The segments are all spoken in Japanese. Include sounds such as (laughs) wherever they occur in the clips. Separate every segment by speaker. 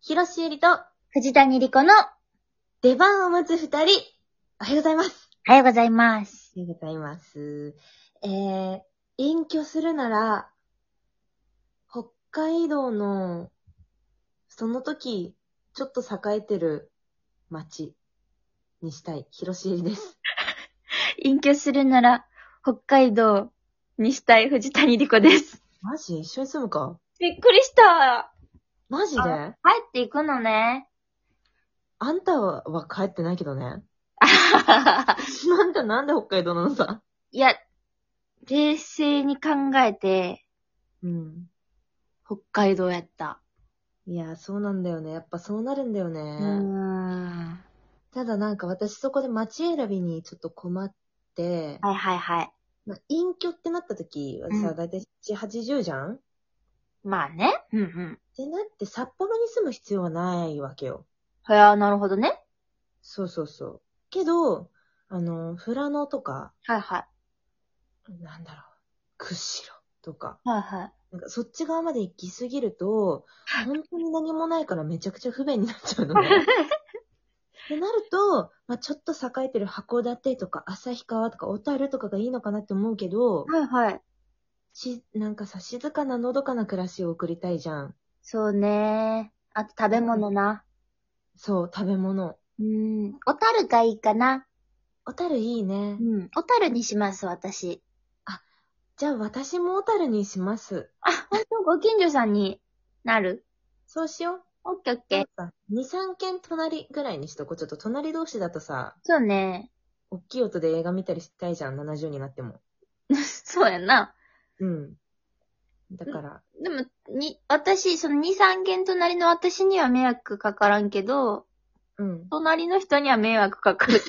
Speaker 1: 広瀬ゆりと
Speaker 2: 藤谷莉子の、
Speaker 1: 出番を持つ二人、おはようございます。
Speaker 2: おはようございます。
Speaker 1: おはようございます。えー、隠居するなら、北海道の、その時、ちょっと栄えてる町にしたい、広瀬ゆりです。
Speaker 2: (laughs) 隠居するなら、北海道にしたい藤谷莉子です。
Speaker 1: マジ一緒に住むか
Speaker 2: びっくりした
Speaker 1: マジであ
Speaker 2: 帰っていくのね。 (laughs)
Speaker 1: んたは帰ってないけどね。 (laughs)
Speaker 2: あ
Speaker 1: あんたなんで北海道なのさ。
Speaker 2: いや、冷静に考えて、
Speaker 1: うん。
Speaker 2: 北海道やった。
Speaker 1: いや、そうなんだよね。やっぱそうなるんだよね。
Speaker 2: うーん。
Speaker 1: ただなんか私そこで街選びにちょっと困って、
Speaker 2: はいはいはい。
Speaker 1: まあ、隠居ってなった時は
Speaker 2: う
Speaker 1: さ、
Speaker 2: ん
Speaker 1: だいたい7、80じゃんっ
Speaker 2: まあね。うんうん。
Speaker 1: てなって札幌に住む必要はないわけよ。
Speaker 2: はや、なるほどね。
Speaker 1: そうそうそう。けど、あの、富良野とか、
Speaker 2: はいはい。
Speaker 1: なんだろう、釧路とか、
Speaker 2: はいはい。
Speaker 1: なんかそっち側まで行きすぎる (laughs) と、本当に何もないからめちゃくちゃ不便になっちゃうのね。ってなると、まあ、ちょっと栄えてる函館とか旭川とか小樽とかがいいのかなって思うけど、
Speaker 2: (laughs) はいはい。
Speaker 1: し、なんかさ、静かなのどかな暮らしを送りたいじゃん。
Speaker 2: そうね。あと食べ物な。
Speaker 1: そう、食べ物。
Speaker 2: うーん。小樽がいいかな。
Speaker 1: 小樽いいね
Speaker 2: う。ん。小樽にします、私。
Speaker 1: じゃあ私も小樽にします。
Speaker 2: ご近所さんになる
Speaker 1: そうしよう。
Speaker 2: オッケーオッケ
Speaker 1: な
Speaker 2: ー
Speaker 1: ん。か2、3軒隣ぐらいにしとこう。ちょっと隣同士だとさ、
Speaker 2: そうね。 (laughs)
Speaker 1: おっきい音で映画見たりしたいじゃん、70になっても。
Speaker 2: そうやな。
Speaker 1: うん。だから、
Speaker 2: でも、に、私、その2、3軒隣の私には迷惑かからんけど、
Speaker 1: うん。
Speaker 2: 隣の人には迷惑かかる。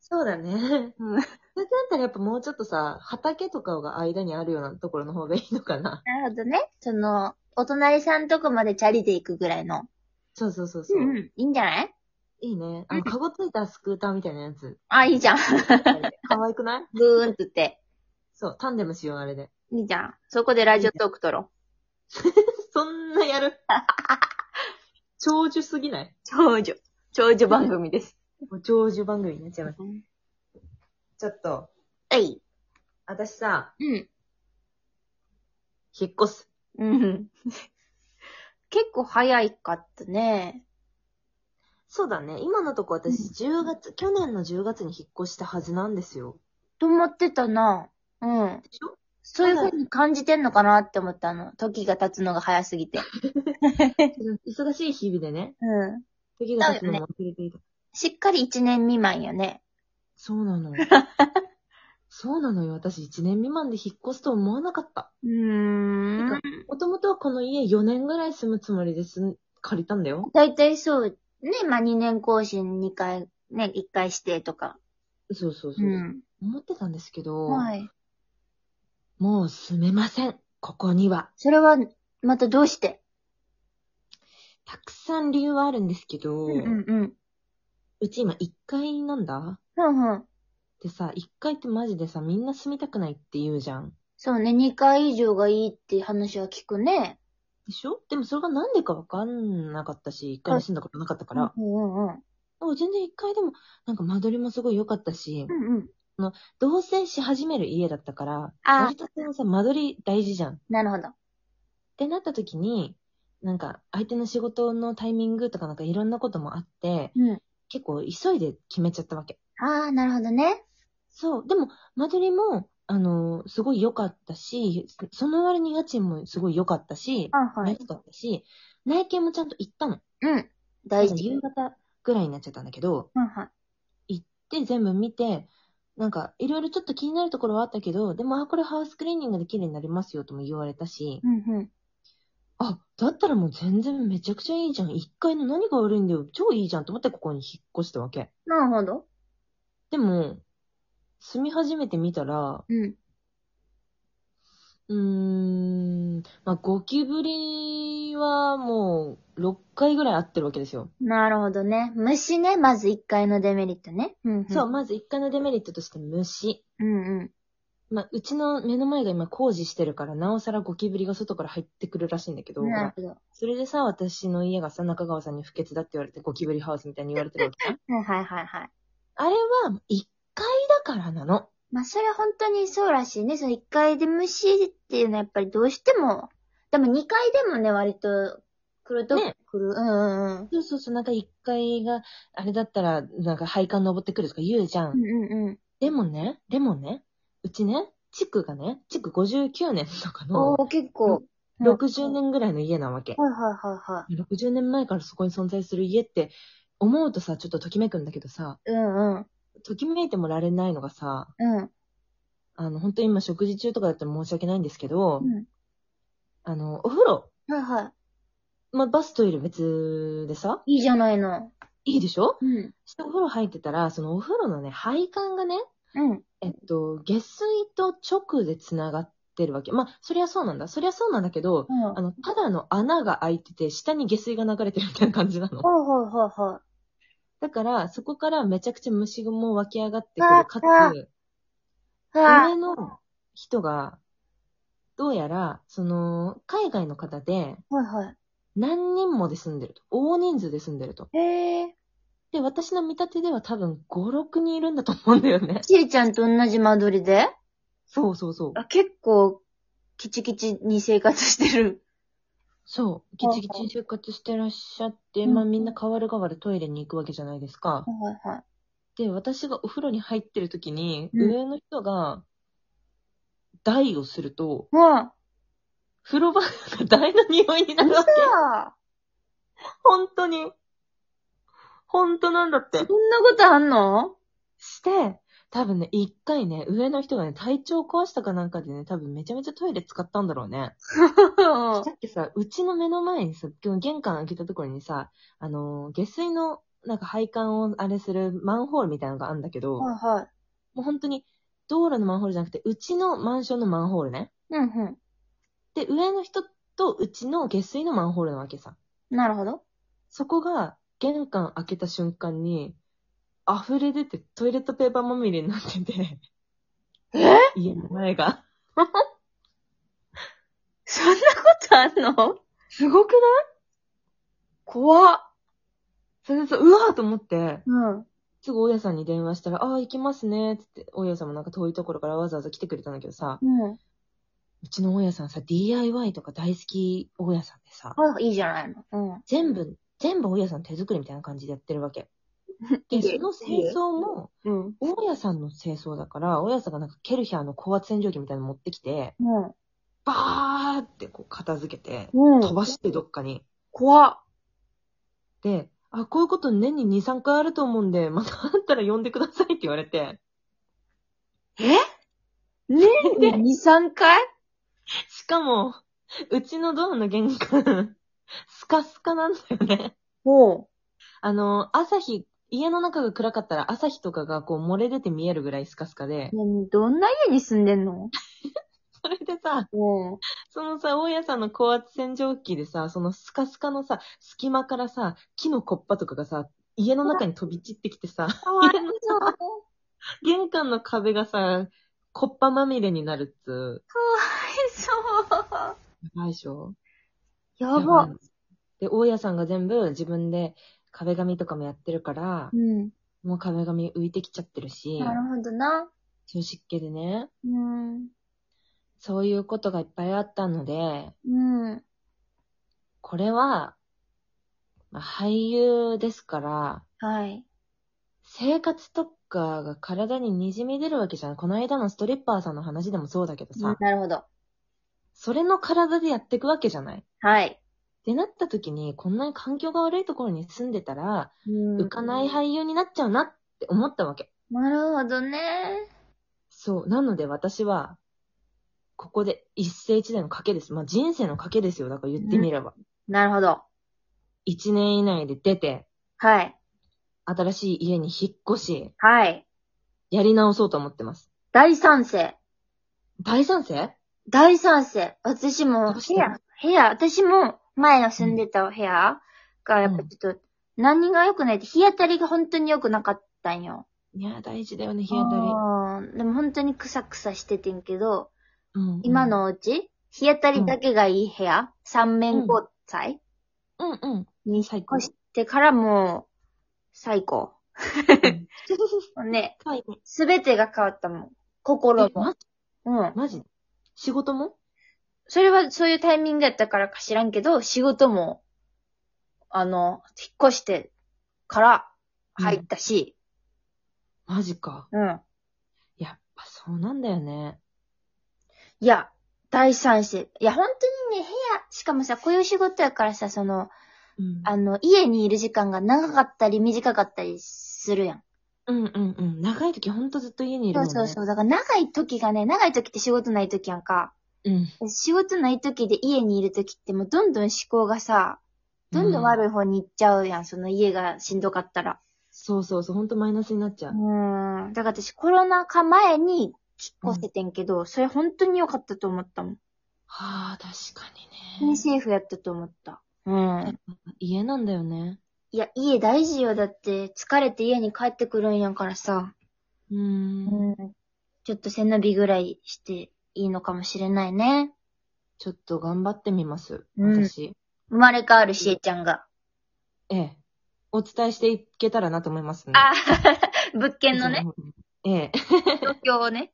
Speaker 1: そうだね。そ
Speaker 2: うん
Speaker 1: れだったらやっぱもうちょっとさ、畑とかが間にあるようなところの方がいいのかな。
Speaker 2: (laughs) なるほどね。その、お隣さんとこまでチャリで行くぐらいの。
Speaker 1: そうそうそうそう。
Speaker 2: ん。いいんじゃない
Speaker 1: いいね。あ
Speaker 2: うん
Speaker 1: の、カゴついたスクーターみたいなや
Speaker 2: (laughs)
Speaker 1: つ。
Speaker 2: あ、いいじゃん。
Speaker 1: 可愛くない
Speaker 2: ブーンって言って。
Speaker 1: そう、タンデムしよう、あれで。
Speaker 2: いいじゃん。そこでラジオトーク撮ろ。
Speaker 1: そんなやる長寿すぎないう
Speaker 2: 長女。長女番組です。
Speaker 1: もう長寿番組になっちゃいます。
Speaker 2: は
Speaker 1: ちょっと、
Speaker 2: い。
Speaker 1: 私さ、
Speaker 2: うん。
Speaker 1: 引っ越す。
Speaker 2: うん。結構早いかったね。
Speaker 1: そうだね。今のとこ私、10月、去年の10月に引っ越したはずなんですよ。
Speaker 2: と思ってたな。うん。
Speaker 1: でしょ
Speaker 2: そういう風に感じてんのかなって思ったの。時が経つのが早すぎて。
Speaker 1: 忙しい日々でね、
Speaker 2: うん。
Speaker 1: 時が経つのも忘れていた。
Speaker 2: しっかり一年未満よね。
Speaker 1: そうな
Speaker 2: (laughs)
Speaker 1: の。そうなのよ。私、1年未満で引っ越すと思わなかった。
Speaker 2: うーん。
Speaker 1: もともとはこの家4年ぐらい住むつもりです、借りたんだよ。
Speaker 2: だいたいそう。ね、まあ、2年更新2回、ね、1回してとか。
Speaker 1: そうそうそう。
Speaker 2: うん。
Speaker 1: 思ってたんですけど、
Speaker 2: はい。
Speaker 1: もう住めません。ここには。
Speaker 2: それは、またどうして
Speaker 1: たくさん理由はあるんですけど、
Speaker 2: う
Speaker 1: うん
Speaker 2: うん。
Speaker 1: ち今1階なんだ
Speaker 2: うんうん。
Speaker 1: でさ、1階ってマジでさ、みんな住みたくないって言うじゃん。
Speaker 2: そうね、2回以上がいいって話は聞くね。
Speaker 1: でしょでもそれがなんでかわかんなかったし、1階に住んだことなかったから。
Speaker 2: うんうんうん。
Speaker 1: もう全然1階でも、なんか間取りもすごい良かったし、
Speaker 2: うんうん。
Speaker 1: 同棲し始める家だったから、
Speaker 2: あ
Speaker 1: 割とそのさ、間取り大事じゃん。っ
Speaker 2: なるほど。
Speaker 1: てなった時に、なんか相手の仕事のタイミングとかなんかいろんなこともあって、
Speaker 2: うん。
Speaker 1: 結構急いで決めちゃったわけ。
Speaker 2: ああ、なるほどね。
Speaker 1: そう。でも、間取りも、あのすごい良かったし、そその割に家賃もすごい良かったし、
Speaker 2: あはい。
Speaker 1: 安かったし、内見もちゃんと行ったの。
Speaker 2: うん。大
Speaker 1: なんか
Speaker 2: 事。
Speaker 1: 夕方ぐらいになっちゃったんだけど、
Speaker 2: はいはい。
Speaker 1: で、全部見て、なんか、いろいろちょっと気になるところはあったけど、でも、あ、これハウスクリーニングで綺麗になりますよとも言われたし、
Speaker 2: うんうん。
Speaker 1: あ、だったらもう全然めちゃくちゃいいじゃん。1階の何が悪いんだよ。超いいじゃんと思ってここに引っ越したわけ。
Speaker 2: なるほど。
Speaker 1: でも、住み始めてみたら、
Speaker 2: うん。
Speaker 1: うーん、まあ、ゴキブリはもう6回ぐらい合ってるわけですよ。
Speaker 2: なるほどね。虫ね、まず1回のデメリットね。うん、うん。
Speaker 1: そう、。まず1回のデメリットとして虫。
Speaker 2: うんうん。
Speaker 1: まあ、うちの目の前が今工事してるから、なおさらゴキブリが外から入ってくるらしいんだけど、
Speaker 2: なるほど。は
Speaker 1: それでさ、私の家がさ、中川さんに不潔だって言われて、ゴキブリハウスみたいに言われてるわけじゃ
Speaker 2: (laughs)
Speaker 1: ん
Speaker 2: いはいはいはい。
Speaker 1: あれは、1階だからなの。
Speaker 2: まあ、それは本当にそうらしいね。その1階で虫っていうのはやっぱりどうしても、でも2階でもね、割と来ると来
Speaker 1: ね
Speaker 2: る。うんうんうん。
Speaker 1: そうそうそう、なんか1階が、あれだったら、なんか配管登ってくるとか言うじゃん。
Speaker 2: うんうんうん。
Speaker 1: でもね、でもね、うちね、地区がね、地区59年とか
Speaker 2: お
Speaker 1: の、
Speaker 2: お結構。
Speaker 1: 60年ぐらいの家なわけ。
Speaker 2: はいはいはいは
Speaker 1: 60年前からそこに存在する家って、思うとさ、ちょっとときめくんだけどさ、
Speaker 2: い。うんうん。
Speaker 1: ときめいてもられないのがさ、
Speaker 2: うん。
Speaker 1: あの、本当に今食事中とかだったら申し訳ないんですけど、
Speaker 2: う
Speaker 1: あの、お風呂、
Speaker 2: ん。はいは
Speaker 1: まあ、バストイレ別でさ、
Speaker 2: い。いいじゃないの。
Speaker 1: いいでしょ
Speaker 2: うん。
Speaker 1: してお風呂入ってたら、そのお風呂のね、配管がね、
Speaker 2: うん。
Speaker 1: えっと、下水と直で繋がってるわけ。まあ、そりゃそうなんだ。そりゃそうなんだけど、
Speaker 2: うん。
Speaker 1: あの、ただの穴が開いてて、下に下水が流れてるみたいな感じなの。
Speaker 2: ほうほうほうほう。
Speaker 1: だから、そこからめちゃくちゃ虫も湧き上がってく
Speaker 2: あ
Speaker 1: る。かつ、
Speaker 2: あ
Speaker 1: 上の人が、どうやら、その、海外の方で、
Speaker 2: あ。はいは
Speaker 1: 何人もで住んでると。大人数で住んでると。
Speaker 2: い。へえ。。
Speaker 1: で、私の見立てでは多分5、6人いるんだと思うんだよね
Speaker 2: ちーちゃんと同じ間取りで
Speaker 1: そうそうそう。
Speaker 2: あ、結構、キチキチに生活してる。
Speaker 1: そう。ギチギチに生活してらっしゃって、
Speaker 2: うん
Speaker 1: まあみんな代わる代わるトイレに行くわけじゃないですか。
Speaker 2: はいはい。
Speaker 1: で、私がお風呂に入ってる時に、
Speaker 2: うん
Speaker 1: 上の人が、台をすると、
Speaker 2: うわ、
Speaker 1: 風呂場が台の匂いになるわけ。
Speaker 2: さあ、
Speaker 1: 本当に。本当なんだって。
Speaker 2: そんなことあんの
Speaker 1: して、多分ね、一回ね、上の人がね、体調壊したかなんかでね、多分めちゃめちゃトイレ使ったんだろうね。さっきさ、うちの目の前にさ、今日玄関開けたところにさ、あのー下水の、なんか配管をあれするマンホールみたいなのがあるんだけど、
Speaker 2: はいはい。
Speaker 1: もう本当に、道路のマンホールじゃなくて、うちのマンションのマンホールね。
Speaker 2: うんう
Speaker 1: で、上の人とうちの下水のマンホールなわけさ。
Speaker 2: ん。なるほど。
Speaker 1: そこが、玄関開けた瞬間に、溢れ出てトイレットペーパーまみれになってて、
Speaker 2: え
Speaker 1: 家の前が。
Speaker 2: そんなことあんの
Speaker 1: すごくない
Speaker 2: 怖っ。
Speaker 1: それでさ、うわーと思って、
Speaker 2: うん。
Speaker 1: すぐ大家さんに電話したら、ああ、行きますね、つって、大家さんもなんか遠いところからわざわざ来てくれたんだけどさ、
Speaker 2: うん。
Speaker 1: うちの大家さんさ、DIY とか大好き大家さんでさ、
Speaker 2: あ、いいじゃないの。うん。
Speaker 1: 全部、全部大家さん手作りみたいな感じでやってるわけ。で、その清掃も、
Speaker 2: うん。
Speaker 1: 大家さんの清掃だから、大家さんがなんかケルヒャーの高圧洗浄機みたいなの持ってきて、
Speaker 2: うん。
Speaker 1: バーってこう片付けて、
Speaker 2: う
Speaker 1: 飛ばしてどっかに。
Speaker 2: 怖 (laughs) っ。
Speaker 1: で、あ、こういうこと年に2、3回あると思うんで、またあったら呼んでくださいって言われて、
Speaker 2: ねえ、2、3回
Speaker 1: しかも、うちのドアの玄関、スカスカなんだよね。
Speaker 2: ほ
Speaker 1: あの、朝日、家の中が暗かったら朝日とかがこう漏れ出て見えるぐらいスカスカで
Speaker 2: う。、ねどんな家に住んでんの
Speaker 1: それでさ、
Speaker 2: うん。
Speaker 1: そのさ、大家さんの高圧洗浄機でさ、そのスカスカのさ、隙間からさ、木のコッパとかがさ、家の中に飛び散ってきてさ、
Speaker 2: かわい
Speaker 1: 家の
Speaker 2: そう。かわ
Speaker 1: 玄関の壁がさ、コッパまみれになるっつ
Speaker 2: いそう。
Speaker 1: う。やばいでしょ
Speaker 2: や
Speaker 1: やば
Speaker 2: ば
Speaker 1: い。で、大家さんが全部自分で壁紙とかもやってるから
Speaker 2: う、ん。
Speaker 1: もう壁紙浮いてきちゃってるし、
Speaker 2: なるほどな。
Speaker 1: そういう湿気でね、
Speaker 2: うん。
Speaker 1: そういうことがいっぱいあったので、
Speaker 2: うん。
Speaker 1: これは、まあ、俳優ですから、
Speaker 2: はい。
Speaker 1: 生活とかが体に滲み出るわけじゃん。この間のストリッパーさんの話でもそうだけどさ、
Speaker 2: なるほど。
Speaker 1: それの体でやっていくわけじゃない。っ
Speaker 2: はい。
Speaker 1: てなった時に、こんなに環境が悪いところに住んでたら、
Speaker 2: うん
Speaker 1: 浮かない俳優になっちゃうなって思ったわけ。
Speaker 2: なるほどね。
Speaker 1: そう。なので私は、ここで一世一代の賭けです。まあ、人生の賭けですよ。だから言ってみれば。
Speaker 2: なるほど。
Speaker 1: 一、年以内で出て、
Speaker 2: はい。
Speaker 1: 新しい家に引っ越し、
Speaker 2: はい。
Speaker 1: やり直そうと思ってます。
Speaker 2: 大賛成。
Speaker 1: 大賛成
Speaker 2: 大賛成。私も、
Speaker 1: どう
Speaker 2: 部
Speaker 1: して
Speaker 2: 屋、部屋、私も前の住んでた部屋が、やっぱちょっと、何が良くないって、日当たりが本当に良くなかったんよ。
Speaker 1: いや、大事だよね、日
Speaker 2: 日
Speaker 1: 当たり。
Speaker 2: り。でも本当にクサクサしててんけど、
Speaker 1: うんうん
Speaker 2: 今。のお家、日当たりだけがいい部屋、三面交際
Speaker 1: うんうん。
Speaker 2: に引
Speaker 1: 最
Speaker 2: っ
Speaker 1: 高
Speaker 2: 越してからもう、最高。
Speaker 1: (laughs)
Speaker 2: ね、
Speaker 1: かわいいね。
Speaker 2: すべてが変わったもん。心
Speaker 1: え
Speaker 2: も。
Speaker 1: ま
Speaker 2: うん。
Speaker 1: マジ仕事も
Speaker 2: それはそういうタイミングやったからか知らんけど、仕事も、あの、引っ越してから入ったし、
Speaker 1: マジか。
Speaker 2: うん。
Speaker 1: やっぱそうなんだよね。
Speaker 2: いや、第三子。いや、本当にね、部屋、しかもさ、こういう仕事やからさ、その、
Speaker 1: うん
Speaker 2: あの、家にいる時間が長かったり短かったりするやん。
Speaker 1: うんうんうん。長い時ほんとずっと家にいる
Speaker 2: そ
Speaker 1: も
Speaker 2: うん
Speaker 1: ね。
Speaker 2: そうそう。だから長い時がね、長い時って仕事ない時やんか。
Speaker 1: う。ん。
Speaker 2: 仕事ない時で家にいる時ってもうどんどん思考がさ、どんどん悪い方に行っちゃうやん、その家がしんどかったら。
Speaker 1: そうそうそう。ほんとマイナスになっちゃ
Speaker 2: う
Speaker 1: う。
Speaker 2: ーん。だから私コロナ禍前に引っ越せてんけど、それ本当に良かったと思ったもん。
Speaker 1: はあ、確かに
Speaker 2: 本当
Speaker 1: ね
Speaker 2: に。セーフやったと思った。うん。
Speaker 1: 家なんだよね。
Speaker 2: いや、家大事よ。だって、疲れて家に帰ってくるんやからさ。
Speaker 1: うーん。
Speaker 2: うん。ちょっと背伸びぐらいしていいのかもしれないね。
Speaker 1: ちょっと頑張ってみます。
Speaker 2: うん
Speaker 1: 私。
Speaker 2: 生まれ変わるしえちゃんが。
Speaker 1: ええ。お伝えしていけたらなと思いますね。
Speaker 2: あ物件のね、
Speaker 1: ええ。
Speaker 2: 東京をね。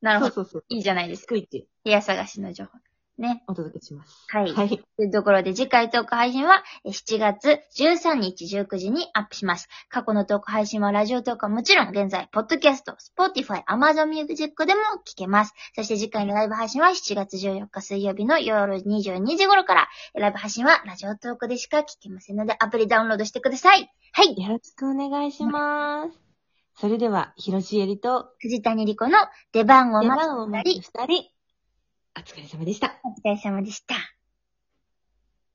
Speaker 2: なる
Speaker 1: そ
Speaker 2: ほ
Speaker 1: う
Speaker 2: ど。
Speaker 1: (laughs) そうそう。
Speaker 2: いいじゃないですか。
Speaker 1: 逐一
Speaker 2: 部屋探しの情報。ね。
Speaker 1: お届けします。
Speaker 2: はい
Speaker 1: はい。
Speaker 2: というところで次回トーク配信はえー7月13日19時にアップします。過去のトーク配信はラジオトークはもちろん現在、ポッドキャスト、スポーティファイ、アマゾンミュージックでも聞けます。そして次回のライブ配信は7月14日水曜日の夜22時頃から、えーライブ配信はラジオトークでしか聞けませんのでアプリダウンロードしてください。はい。
Speaker 1: よろしくお願いします。それでは、広しえりと、
Speaker 2: 藤谷莉子の出番を
Speaker 1: 出
Speaker 2: 待つ
Speaker 1: 番を待つ二人、お疲れ様でした。
Speaker 2: お疲れ様でした。